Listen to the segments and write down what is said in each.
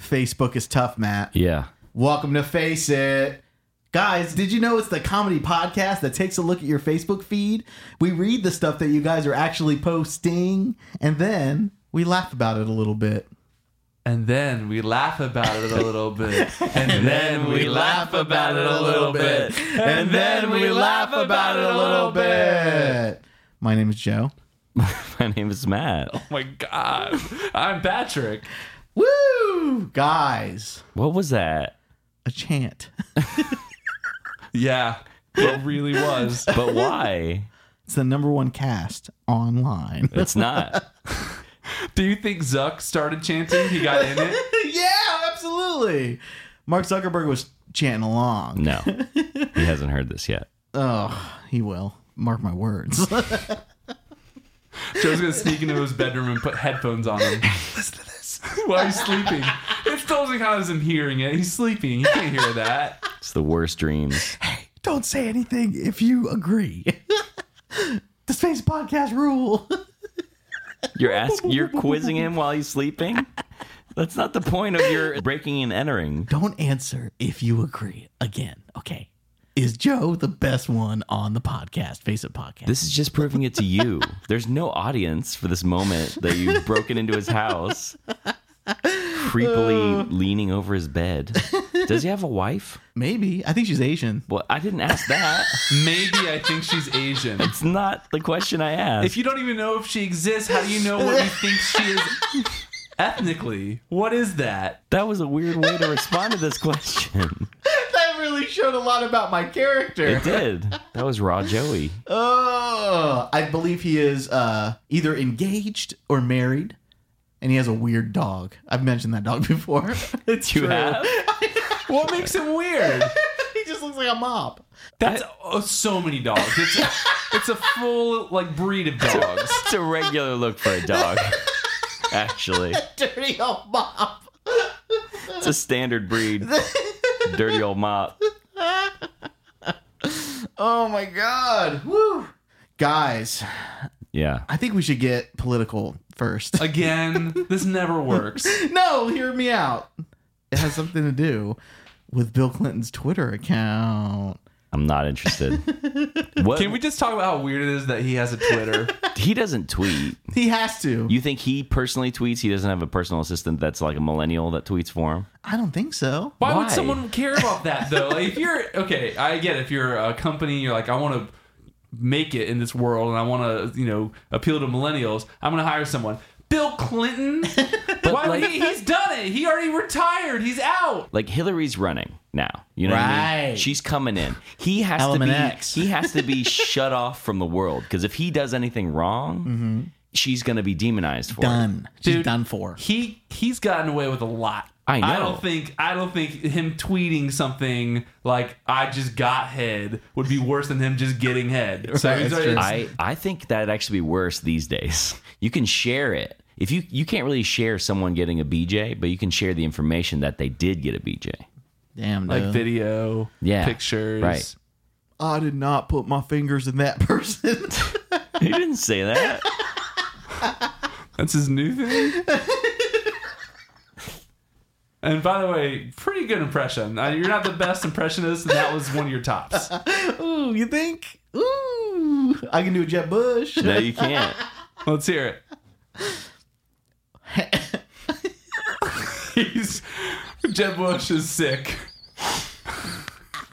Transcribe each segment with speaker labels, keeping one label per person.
Speaker 1: Facebook is tough, Matt.
Speaker 2: Yeah.
Speaker 1: Welcome to Face It. Guys, did you know it's the comedy podcast that takes a look at your Facebook feed? We read the stuff that you guys are actually posting, and then we laugh about it a little bit.
Speaker 3: And then we laugh about it a little bit. And then we laugh about it a little bit. And then we laugh about it a little bit.
Speaker 1: My name is Joe.
Speaker 2: My name is Matt.
Speaker 3: Oh my God. I'm Patrick.
Speaker 1: Woo! Guys,
Speaker 2: What was that?
Speaker 1: a chant.
Speaker 3: Yeah, it really was.
Speaker 2: But why?
Speaker 1: It's the number one cast online.
Speaker 2: It's not.
Speaker 3: Do you think Zuck started chanting? He got in it?
Speaker 1: yeah, absolutely. Mark Zuckerberg was chanting along.
Speaker 2: No. He hasn't heard this yet.
Speaker 1: Oh, he will. Mark my words.
Speaker 3: Joe's going to sneak into his bedroom and put headphones on him. Listen to this. While he's sleeping. It's totally how him hearing it. He's sleeping. He can't hear that.
Speaker 2: It's the worst dreams.
Speaker 1: Don't say anything if you agree. the Space Podcast rule.
Speaker 2: You're asking you're quizzing him while he's sleeping? That's not the point of your breaking and entering.
Speaker 1: Don't answer if you agree. Again, okay. Is Joe the best one on the podcast? Face It podcast.
Speaker 2: This is just proving it to you. There's no audience for this moment that you've broken into his house, creepily leaning over his bed. Does he have a wife?
Speaker 1: Maybe. I think she's Asian.
Speaker 2: Well, I didn't ask that.
Speaker 3: Maybe I think she's Asian.
Speaker 2: It's not the question I asked.
Speaker 3: If you don't even know if she exists, how do you know what you think she is ethnically? What is that?
Speaker 2: That was a weird way to respond to this question.
Speaker 1: That really showed a lot about my character.
Speaker 2: It did. That was raw Joey.
Speaker 1: Oh, I believe he is uh, either engaged or married, and he has a weird dog. I've mentioned that dog before. it's
Speaker 2: You
Speaker 1: true.
Speaker 2: have?
Speaker 3: What makes it weird?
Speaker 1: he just looks like a mop.
Speaker 3: That's oh, so many dogs. It's a, it's a full like breed of dogs.
Speaker 2: It's a regular look for a dog. Actually,
Speaker 1: Dirty old mop.
Speaker 2: it's a standard breed. Dirty old mop.
Speaker 1: Oh my god. Woo. Guys,
Speaker 2: Yeah.
Speaker 1: I think we should get political first.
Speaker 3: Again, this never works.
Speaker 1: no, hear me out. It has something to do with Bill Clinton's Twitter account.
Speaker 2: I'm not interested. What?
Speaker 3: Can we just talk about how weird it is that he has a Twitter?
Speaker 2: He doesn't tweet.
Speaker 1: He has to.
Speaker 2: You think he personally tweets? He doesn't have a personal assistant that's like a millennial that tweets for him.
Speaker 1: I don't think so.
Speaker 3: Why,
Speaker 2: Why?
Speaker 3: would someone care about that though? Like, if you're okay, I get it. if you're a company, you're like, I want to make it in this world, and I want to, you know, appeal to millennials. I'm going to hire someone. Bill Clinton, why would
Speaker 2: like-
Speaker 3: he, he's done it. He already retired. He's out.
Speaker 2: Like Hillary's running now. You know what I mean?
Speaker 1: Right.
Speaker 2: She's coming in. He has to
Speaker 1: Element
Speaker 2: be
Speaker 1: X.
Speaker 2: he has to be shut off from the world because if he does anything wrong, she's going to be demonized for it.
Speaker 1: Mm-hmm. Done. She's
Speaker 3: Dude.
Speaker 1: done for.
Speaker 3: He he's gotten away with a lot.
Speaker 2: I know.
Speaker 3: I don't think I don't think him tweeting something like "I just got head" would be worse than him just getting head. So
Speaker 1: Right,
Speaker 3: he's
Speaker 1: that's
Speaker 3: already-
Speaker 1: true.
Speaker 2: I I think that'd actually be worse these days. You can share it. If you you can't really share someone getting a BJ, but you can share the information that they did get a BJ.
Speaker 1: Damn,
Speaker 3: like
Speaker 1: dude.
Speaker 3: video,
Speaker 2: Yeah,
Speaker 3: pictures,
Speaker 2: right.
Speaker 1: I did not put my fingers in that person.
Speaker 2: You didn't say that.
Speaker 3: That's his new thing. and by the way, pretty good impression. Uh, you're not the best impressionist, and that was one of your tops.
Speaker 1: Ooh, you think? Ooh, I can do a Jeb Bush.
Speaker 2: No, you can't.
Speaker 3: Let's hear it. He's Jeb Bush is sick.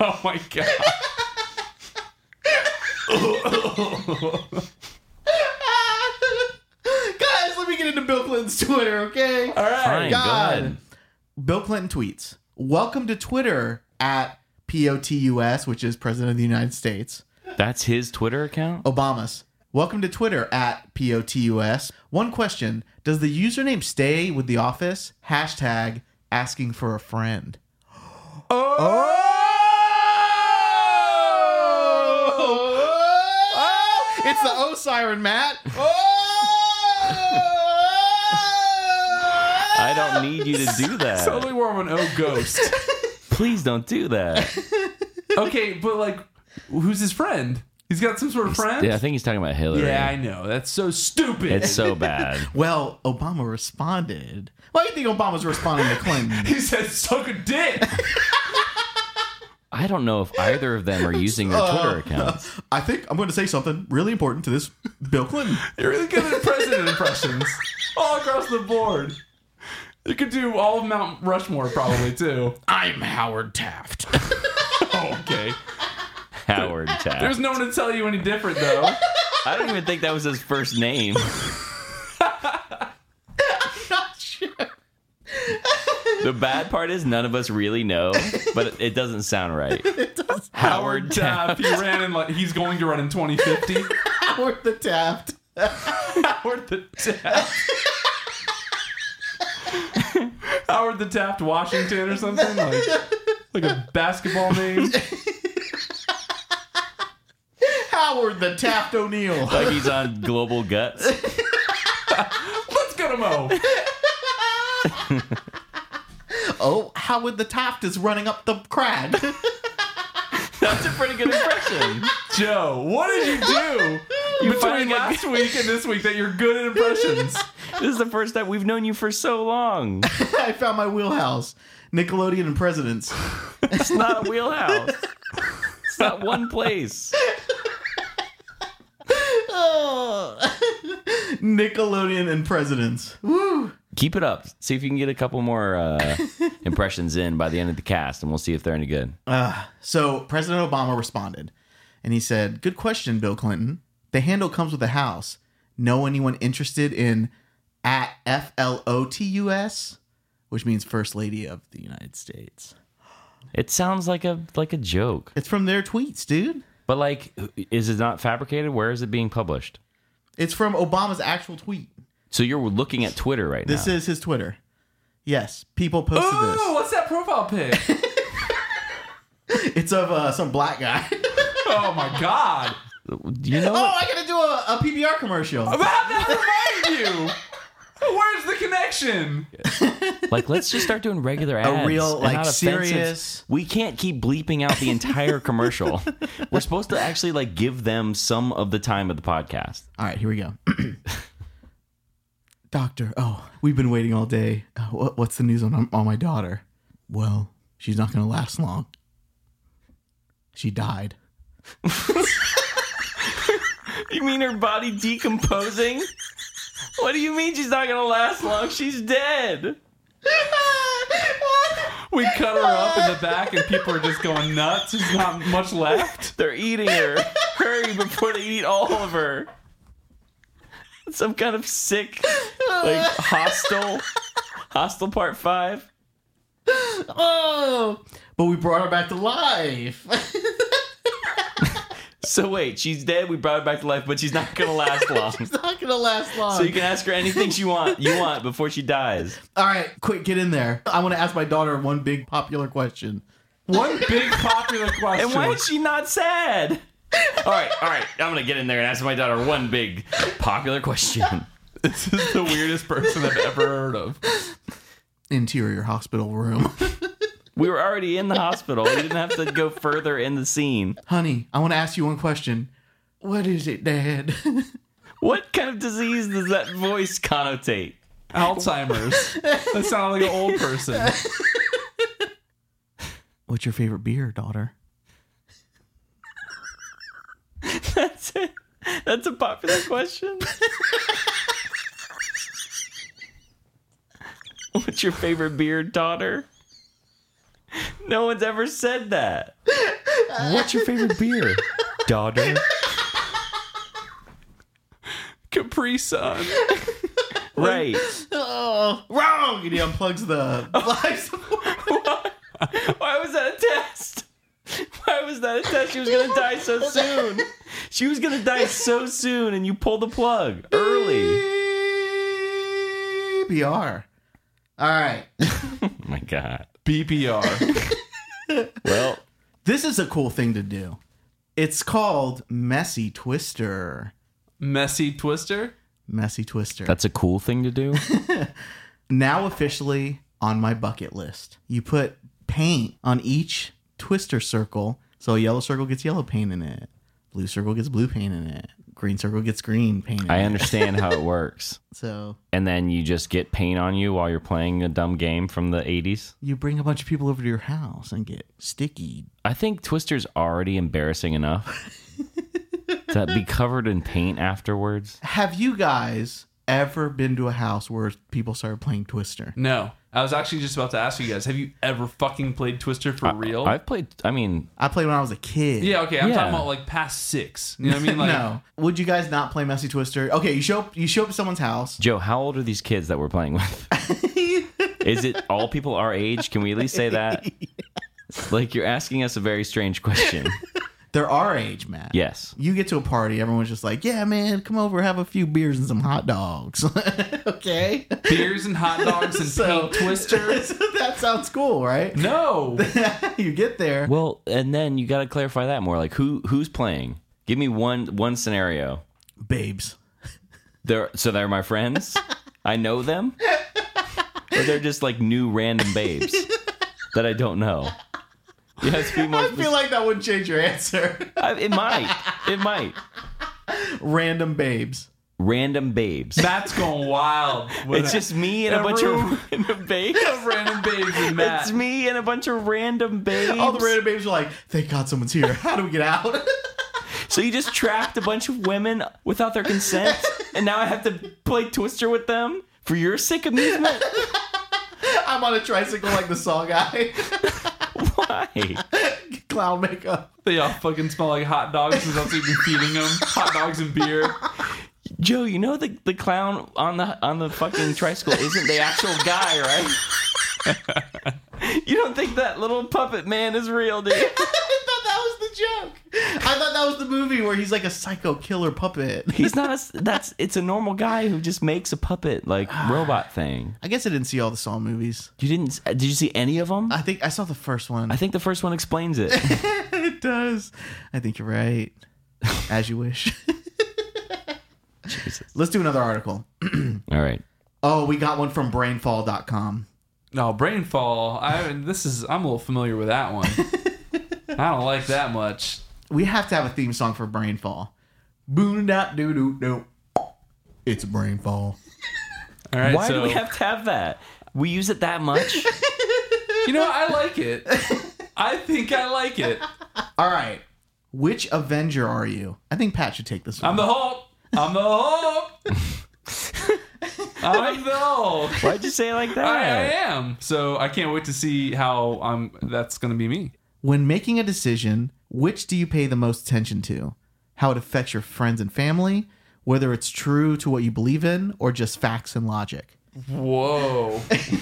Speaker 3: Oh my god.
Speaker 1: Guys, let me get into Bill Clinton's Twitter, okay?
Speaker 3: All right.
Speaker 2: Fine,
Speaker 1: God.
Speaker 2: go ahead.
Speaker 1: Bill Clinton tweets, "Welcome to Twitter at POTUS, which is President of the United States.
Speaker 2: That's his Twitter account.
Speaker 1: Obama's. Welcome to Twitter at POTUS. One question: Does the username stay with the office? Hashtag asking for a friend. Oh! It's the O siren, Matt.
Speaker 3: Oh!
Speaker 1: Oh!
Speaker 2: I don't need you to do that.
Speaker 3: Totally warm on O Ghost.
Speaker 2: Please don't do that.
Speaker 3: Okay, but like, who's his friend? He's got some sort of friend.
Speaker 2: Yeah, I think he's talking about Hillary.
Speaker 3: Yeah, I know. That's so stupid.
Speaker 2: it's so bad.
Speaker 1: Well, Obama responded. Why do you think Obama's responding to Clinton?
Speaker 3: he said, "Suck a dick."
Speaker 2: I don't know if either of them are using their
Speaker 3: Uh,
Speaker 2: Twitter accounts.
Speaker 1: I think I'm going to say something really important to this Bill Clinton.
Speaker 3: You're really good at president impressions, all across the board. You could do all of Mount Rushmore probably too.
Speaker 1: I'm Howard Taft.
Speaker 3: Oh, okay.
Speaker 2: Howard Taft.
Speaker 3: There's no one to tell you any different though.
Speaker 2: I don't even think that was his first name.
Speaker 1: Not sure.
Speaker 2: The bad part is none of us really know, but it doesn't sound right. Howard Taft.
Speaker 3: Taft, he ran in like he's going to run in 2050.
Speaker 1: Howard the Taft.
Speaker 3: Howard the Taft. Howard the Taft Washington or something like like a basketball name.
Speaker 1: Howard the Taft O'Neill.
Speaker 2: Like he's on Global Guts.
Speaker 3: Let's go to Mo.
Speaker 1: Oh, Howard the Taft is running up the crag.
Speaker 2: That's a pretty good impression.
Speaker 3: Joe, what did you do between
Speaker 2: finally got
Speaker 3: last week and this week that you're good at impressions?
Speaker 2: This is the first time we've known you for so long.
Speaker 1: I found my wheelhouse. Nickelodeon and presidents.
Speaker 2: It's not a wheelhouse. It's not one place.
Speaker 1: Oh. Nickelodeon and presidents. Woo.
Speaker 2: Keep it up. See if you can get a couple more uh, impressions in by the end of the cast, and we'll see if they're any good.
Speaker 1: So President Obama responded, and he said, "Good question, Bill Clinton. The handle comes with a house. Know anyone interested in at F L O T U S, which means First Lady of the United States."
Speaker 2: It sounds like a like a joke,
Speaker 1: It's from their tweets, dude.
Speaker 2: but like, is it not fabricated? Where is it being published?
Speaker 1: It's from Obama's actual tweet.
Speaker 2: So you're looking at Twitter right
Speaker 1: This
Speaker 2: now.
Speaker 1: is his Twitter. Yes, people posted
Speaker 3: Ooh, what's that profile pic?
Speaker 1: this. It's of uh, some black guy.
Speaker 3: Oh my god.
Speaker 2: you know,
Speaker 1: oh,
Speaker 2: what?
Speaker 1: I gotta do a, a PBR commercial.
Speaker 3: But How did that remind you? Where's the connection?
Speaker 2: like let's just start doing regular ads.
Speaker 1: real,
Speaker 2: and
Speaker 1: like,
Speaker 2: not offensive-
Speaker 1: serious-
Speaker 2: We can't keep bleeping out the entire commercial. We're supposed to actually like give them some of the time of the podcast.
Speaker 1: All right, here we go. Doctor, oh, we've been waiting all day. Uh, what, what's the news on, on my daughter? Well, she's not going to last long. She died.
Speaker 2: You mean her body decomposing? What do you mean she's not gonna last long? She's dead.
Speaker 3: We cut her up in the back and people are just going nuts. There's not much left.
Speaker 2: They're eating her. Hurry before they eat all of her. Some kind of sick, like hostile, hostile part five.
Speaker 1: Oh, but we brought her back to life.
Speaker 2: So wait, she's dead. We brought her back to life, but she's not gonna last long.
Speaker 1: she's not going to last long.
Speaker 2: So you can ask her anything she want you want before she dies.
Speaker 1: all right, quick, get in there. I want to ask my daughter one big popular question.
Speaker 3: One big popular question.
Speaker 2: And why is she not sad? All right, all right. I'm gonna get in there and ask my daughter one big popular question.
Speaker 3: This is the weirdest person I've ever heard of.
Speaker 1: Interior hospital room.
Speaker 2: We were already in the hospital. We didn't have to go further in the scene.
Speaker 1: Honey, I want to ask you one question. What is it, Dad?
Speaker 2: What kind of disease does that voice connotate?
Speaker 3: Alzheimer's. That sounded like an old person.
Speaker 1: What's your favorite beer, daughter?
Speaker 2: That's it. That's a popular question. What's your favorite beer, daughter? No one's ever said that. What's your favorite beer, daughter?
Speaker 3: Capri Sun.
Speaker 2: Right.
Speaker 1: Oh, wrong! And he unplugs the life support.
Speaker 2: Why was that a test? Why was that a test? She was gonna die so soon. She was gonna die so soon, and you pulled the plug early. Oh
Speaker 1: BPR. All right.
Speaker 2: Oh my god.
Speaker 3: BPR.
Speaker 2: Well,
Speaker 1: This is a cool thing to do. It's called Messy Twister.
Speaker 3: Messy Twister.
Speaker 1: Messy Twister.
Speaker 2: that's a cool thing to do.
Speaker 1: now officially on my bucket list. You put paint on each twister circle, so a yellow circle gets yellow paint in it. Blue circle gets blue paint in it. Green circle gets green paint. In
Speaker 2: I
Speaker 1: it.
Speaker 2: understand how it works.
Speaker 1: So
Speaker 2: And then you just get paint on you while you're playing a dumb game from the 80s.
Speaker 1: you bring a bunch of people over to your house and get sticky.
Speaker 2: I think Twister's already embarrassing enough to be covered in paint afterwards.
Speaker 1: Have you guys ever been to a house where people started playing Twister?
Speaker 3: No, I was actually just about to ask you guys: Have you ever fucking played Twister for real?
Speaker 2: I've played, I mean,
Speaker 1: I played when I was a kid.
Speaker 3: yeah, okay. I'm
Speaker 2: Yeah.
Speaker 3: talking about like past six. You know what I mean? Like,
Speaker 1: no. Would you guys not play Messy Twister? Okay, you show up. You show up at someone's house.
Speaker 2: Joe, how old are these kids that we're playing with? Is it all people our age? Can we at least say that? Like, you're asking us a very strange question.
Speaker 1: They're our age, Matt.
Speaker 2: Yes.
Speaker 1: You get to a party, everyone's just like, "Yeah, man, come over, have a few beers and some hot dogs." okay.
Speaker 3: beers and hot dogs and
Speaker 1: So-
Speaker 3: paint Twister.
Speaker 1: that sounds cool, right?
Speaker 3: No,
Speaker 1: you get there.
Speaker 2: Well, and then you got to clarify that more. Like, who who's playing? Give me one one scenario.
Speaker 1: babes.
Speaker 2: They're so they're my friends. I know them. Or they're just like new random babes that I don't know. You have to be more.
Speaker 1: I feel like that would change your answer.
Speaker 2: I- it might. It might.
Speaker 1: Random babes.
Speaker 2: Random babes.
Speaker 3: that's going wild.
Speaker 2: it's just me and
Speaker 3: in
Speaker 2: a,
Speaker 3: a
Speaker 2: bunch
Speaker 3: room.
Speaker 2: of random babes.
Speaker 3: random babes and Matt.
Speaker 2: It's me and a bunch of random babes.
Speaker 1: All the random babes are like, "Thank God someone's here. How do we get out?"
Speaker 2: so you just trapped a bunch of women without their consent, and now I have to play Twister with them for your sick amusement.
Speaker 1: I'm on a tricycle like the saw guy.
Speaker 2: Why?
Speaker 1: Clown makeup.
Speaker 3: They all fucking smell like hot dogs since I've been feeding them hot dogs and beer.
Speaker 2: Joe, you know the, the clown on the on the fucking tricycle isn't the actual guy, right? you don't think that little puppet man is real, do you?
Speaker 1: I thought that was the joke. I thought that was the movie where he's like a psycho killer puppet.
Speaker 2: He's not a s that's it's a normal guy who just makes a puppet like robot thing.
Speaker 1: I guess I didn't see all the Saw movies.
Speaker 2: You didn't s- did you see any of them?
Speaker 1: I think I saw the first one.
Speaker 2: I think the first one explains it.
Speaker 1: it does. I think you're right. As you wish. Let's do another article.
Speaker 2: All right.
Speaker 1: Oh, we got one from brainfall.com.
Speaker 3: No, brainfall. Oh, I this is I'm a little familiar with that one. I don't like that much.
Speaker 1: We have to have a theme song for brainfall. Boon dot doo doo doo. It's brainfall.
Speaker 3: All right,
Speaker 2: Why
Speaker 3: so
Speaker 2: do we have to have that? We use it that much?
Speaker 3: you know I like it. I think I like it.
Speaker 1: All right. Which Avenger are you? I think Pat should take this one.
Speaker 3: I'm the Hulk. I'm the Hulk. I'm the Hulk.
Speaker 2: Why'd you say it like that?
Speaker 3: I, I am. So I can't wait to see how I'm. That's gonna be me.
Speaker 1: When making a decision, which do you pay the most attention to? How it affects your friends and family, whether it's true to what you believe in or just facts and logic.
Speaker 3: Whoa.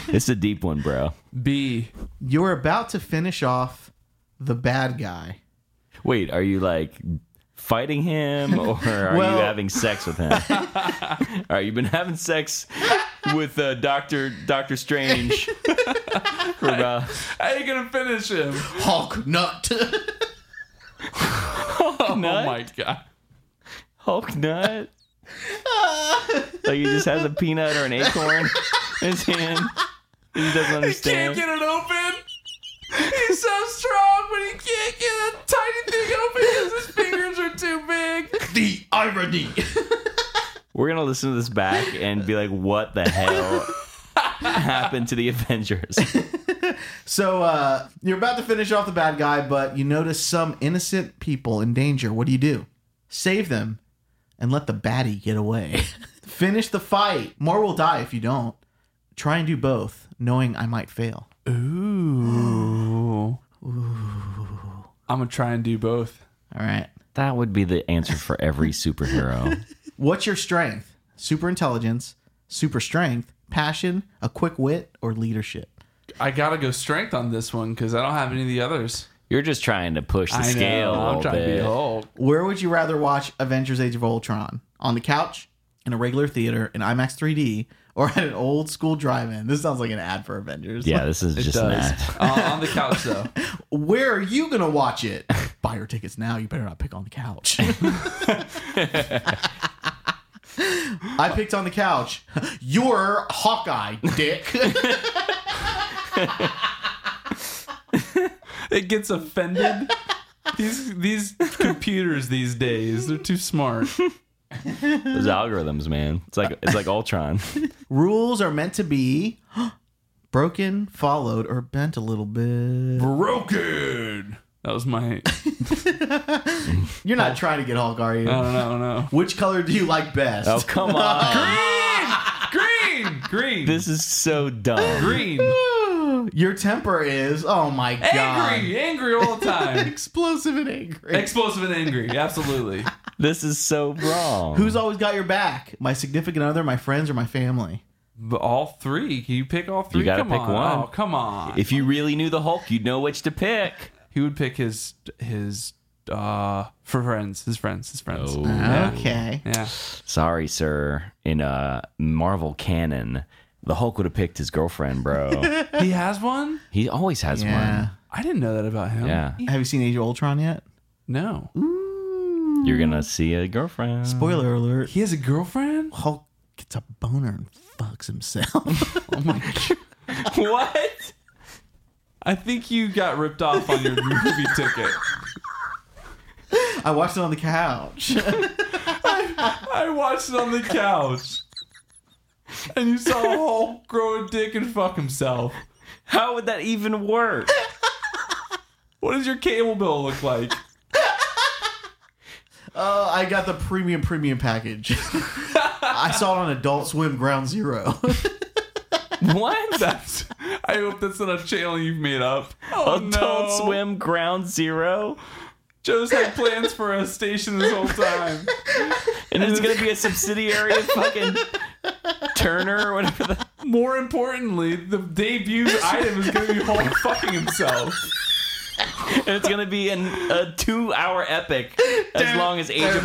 Speaker 2: It's a deep one, bro.
Speaker 3: B.
Speaker 1: You're about to finish off the bad guy.
Speaker 2: Wait, are you like fighting him or are
Speaker 1: Well-
Speaker 2: you having sex with him? All right, you've been having sex with uh, Doctor Doctor Strange. for about-
Speaker 3: How you gonna finish him?
Speaker 1: Hulk nut.
Speaker 3: Oh
Speaker 2: Nut?
Speaker 3: my god.
Speaker 2: Hulk nut. like he just has a peanut or an acorn in his hand. and He doesn't
Speaker 3: Can't
Speaker 2: understand.
Speaker 3: get it open. He's so strong, but he can't get a tiny thing open because his fingers are too big.
Speaker 1: the irony.
Speaker 2: We're gonna listen to this back and be like, "What the hell happened to the Avengers?"
Speaker 1: so uh, you're about to finish off the bad guy, but you notice some innocent people in danger. What do you do? Save them and let the baddie get away. finish the fight. More will die if you don't. Try and do both, knowing I might fail.
Speaker 3: Ooh. I'm gonna try and do both.
Speaker 1: All right.
Speaker 2: That would be the answer for every superhero.
Speaker 1: What's your strength? Super intelligence, super strength, passion, a quick wit, or leadership?
Speaker 3: I gotta go strength on this one because I don't have any of the others.
Speaker 2: You're just trying to push the
Speaker 3: I
Speaker 2: scale.
Speaker 3: know.
Speaker 2: a
Speaker 3: I'm
Speaker 2: little
Speaker 3: trying to be
Speaker 2: bit.
Speaker 3: Hulk.
Speaker 1: Where would you rather watch Avengers Age of Ultron? On the couch, in a regular theater, in IMAX 3D, or at an old school drive in? This sounds like an ad for Avengers.
Speaker 2: Yeah, this is just an
Speaker 3: does.
Speaker 2: ad.
Speaker 3: Uh, on the couch though.
Speaker 1: Where are you going to watch it? Buy your tickets now. You better not pick on the couch. I picked on the couch. You're Hawkeye, dick.
Speaker 3: It gets offended. These these computers these days. They're too smart.
Speaker 2: Those algorithms, man. It's like it's like Ultron.
Speaker 1: Rules are meant to be broken, followed, or bent a little bit.
Speaker 3: Broken. That was my.
Speaker 1: You're not trying to get Hulk, are you?
Speaker 3: I don't know. I don't know.
Speaker 1: Which color do you like best?
Speaker 2: Oh come on!
Speaker 3: Green. Green.
Speaker 2: this is so dumb.
Speaker 3: green.
Speaker 1: Your temper is, oh my god,
Speaker 3: Angry. Angry all the time.
Speaker 1: explosive and angry.
Speaker 3: Explosive and angry. Absolutely.
Speaker 2: This is so wrong.
Speaker 1: Who's always got your back? My significant other, my friends, or my family?
Speaker 3: But all three. Can you pick all three?
Speaker 2: gotta
Speaker 3: come
Speaker 2: pick
Speaker 3: on.
Speaker 2: one.
Speaker 3: Oh, come on.
Speaker 2: if you really knew the Hulk, you'd know which to pick.
Speaker 3: he would pick his his uh for friends. His friends. His friends.
Speaker 2: Oh.
Speaker 3: Yeah.
Speaker 1: Okay.
Speaker 3: Yeah.
Speaker 2: Sorry, sir. In uh, Marvel canon, the Hulk would have picked his girlfriend, bro.
Speaker 3: He has one.
Speaker 2: he always has
Speaker 1: Yeah.
Speaker 3: I didn't know that about him.
Speaker 2: Yeah.
Speaker 1: Have you seen Age of Ultron yet?
Speaker 3: No.
Speaker 2: one. You're gonna see a girlfriend.
Speaker 1: Spoiler alert.
Speaker 3: He has a girlfriend.
Speaker 1: Hulk gets a boner and fucks himself.
Speaker 3: Oh my god.
Speaker 2: what?
Speaker 3: I think you got ripped off on your movie ticket.
Speaker 1: I watched it on the couch.
Speaker 3: I watched it on the couch. And you saw Hulk grow a dick and fuck himself.
Speaker 2: How would that even work?
Speaker 3: What does your cable bill look like?
Speaker 1: Uh, I got the premium premium package. I saw it on Adult Swim Ground Zero.
Speaker 2: What?
Speaker 3: That's. I hope that's not a channel you've made up. Oh,
Speaker 2: Adult
Speaker 3: no.
Speaker 2: Swim Ground Zero,
Speaker 3: Joe's had plans for a station this whole time.
Speaker 2: and it's gonna be a subsidiary of fucking Turner or whatever. The-
Speaker 3: More importantly, the debut item is going to be Hulk fucking himself.
Speaker 2: and it's gonna be an, a two-hour epic as long as Age of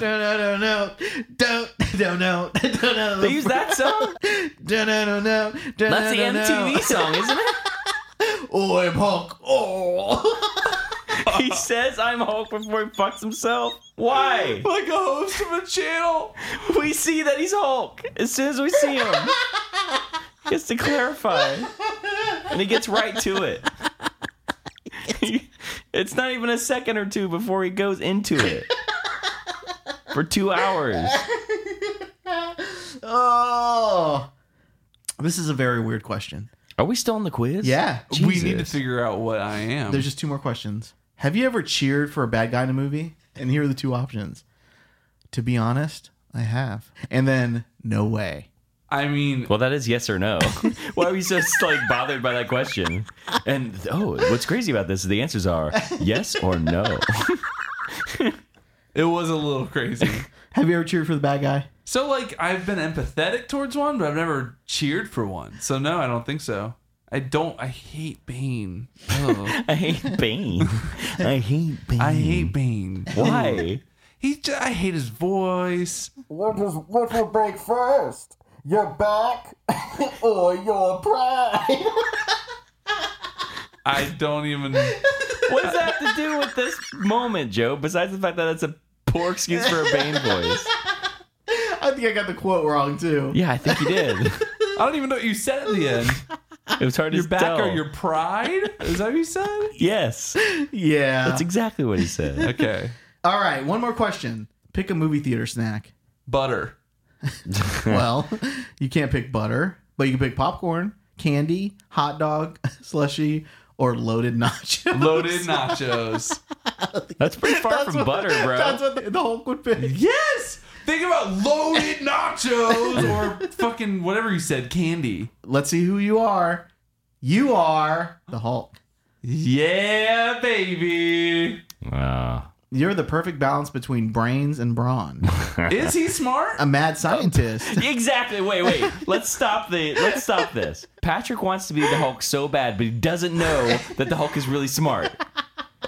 Speaker 1: No, no, no, no. Don't, don't, no, don't, no.
Speaker 2: They use that song.
Speaker 1: Don't, no, no, no. Don't,
Speaker 2: That's the
Speaker 1: no, no,
Speaker 2: MTV song, isn't it?
Speaker 1: No. Oh, I'm Hulk. Oh.
Speaker 2: He says I'm Hulk before he fucks himself. Why?
Speaker 3: Like a host of a channel.
Speaker 2: We see that he's Hulk as soon as we see him. Just to clarify. And he gets right to it. it's not even a second or two before he goes into it. For two hours.
Speaker 1: oh. This is a very weird question.
Speaker 2: Are we still on the quiz?
Speaker 1: Yeah.
Speaker 3: We need to
Speaker 2: Jesus.
Speaker 3: figure out what I am.
Speaker 1: There's just two more questions. Have you ever cheered for a bad guy in a movie? And here are the two options. To be honest, I have. And then, no way.
Speaker 3: I mean,
Speaker 2: Well, that is yes or no. Why are we so like bothered by that question? And oh, what's crazy about this is the answers are yes or no.
Speaker 3: it was a little crazy.
Speaker 1: Have you ever cheered for the bad guy?
Speaker 3: So, like, I've been empathetic towards one, but I've never cheered for one. So, no, I don't think so. I don't. I hate Bane. Ugh.
Speaker 2: I hate Bane. I hate Bane.
Speaker 3: I hate Bane.
Speaker 2: Why?
Speaker 3: He. Just, I hate his voice.
Speaker 1: What does what will break first? Your back or your pride?
Speaker 3: I don't even.
Speaker 2: What does that have to do with this moment, Joe? Besides the fact that it's a poor excuse for a Bane voice.
Speaker 1: I think I got the quote wrong too.
Speaker 2: Yeah, I think you did.
Speaker 3: I don't even know what you said at the end.
Speaker 2: It was hard
Speaker 3: Your
Speaker 2: to
Speaker 3: back
Speaker 2: tell.
Speaker 3: or your pride? Is that what you said?
Speaker 2: yes.
Speaker 1: Yeah.
Speaker 2: That's exactly what he said.
Speaker 3: Okay.
Speaker 1: All right, one more question. Pick a movie theater snack.
Speaker 3: Butter.
Speaker 1: Well, you can't pick butter, but you can pick popcorn, candy, hot dog, slushy, or loaded nachos.
Speaker 3: Loaded nachos.
Speaker 2: That's pretty far
Speaker 1: That's
Speaker 2: from
Speaker 1: what-
Speaker 2: butter, bro.
Speaker 1: That's what the, the Hulk would pick.
Speaker 3: Yes! Think about loaded nachos or fucking whatever you said, candy.
Speaker 1: Let's see who you are. You are the Hulk.
Speaker 3: Yeah, baby.
Speaker 2: Wow.
Speaker 1: You're the perfect balance between brains and brawn.
Speaker 3: Is he smart?
Speaker 1: A mad scientist.
Speaker 2: Exactly. Wait, wait. Let's stop the. Let's stop this. Patrick wants to be the Hulk so bad, but he doesn't know that the Hulk is really smart.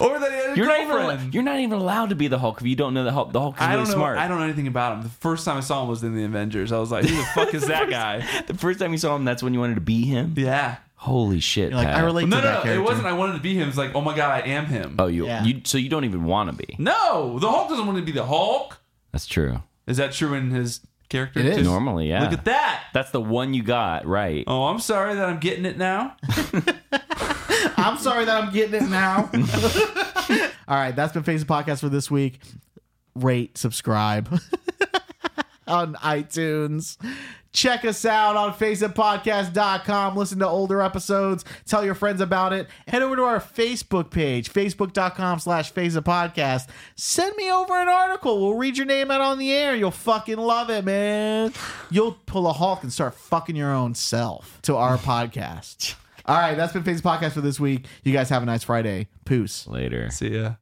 Speaker 3: Or that he had a
Speaker 2: You're not even.
Speaker 3: girlfriend?
Speaker 2: al- You're not even allowed to be the Hulk if you don't know the Hulk. The Hulk is
Speaker 3: I
Speaker 2: really
Speaker 3: don't know.
Speaker 2: smart.
Speaker 3: I don't know anything about him. The first time I saw him was in the Avengers. I was like, "Who the fuck is that guy?"
Speaker 2: The first time you saw him, that's when you wanted to be him.
Speaker 3: Yeah.
Speaker 2: Holy shit!
Speaker 1: You're like, I
Speaker 2: Pat.
Speaker 1: relate
Speaker 3: No,
Speaker 1: to
Speaker 3: no,
Speaker 1: that
Speaker 3: no.
Speaker 1: character.
Speaker 3: It wasn't. I wanted to be him. It's like, "Oh my god, I am him."
Speaker 2: Oh, you,
Speaker 1: Yeah.
Speaker 2: you. So you don't even want to be.
Speaker 3: No, the Hulk doesn't want to be the Hulk.
Speaker 2: That's true.
Speaker 3: Is that true in his character?
Speaker 1: It is.
Speaker 3: too?
Speaker 2: Normally, yeah.
Speaker 3: Look at that.
Speaker 2: That's the one you got right.
Speaker 3: Oh, I'm sorry that I'm getting it now.
Speaker 1: I'm sorry that I'm getting it now. All right, that's been Facebook Podcast for this week. Rate, subscribe on iTunes. Check us out on faceitpodcast.com. Listen to older episodes. Tell your friends about it. Head over to our Facebook page, facebook.com slash faceitpodcast. Send me over an article. We'll read your name out on the air. You'll fucking love it, man. You'll pull a Hulk and start fucking your own self to our podcast. All right, that's been Face Podcast for this week. You guys have a nice Friday. Peace.
Speaker 2: Later.
Speaker 3: See ya.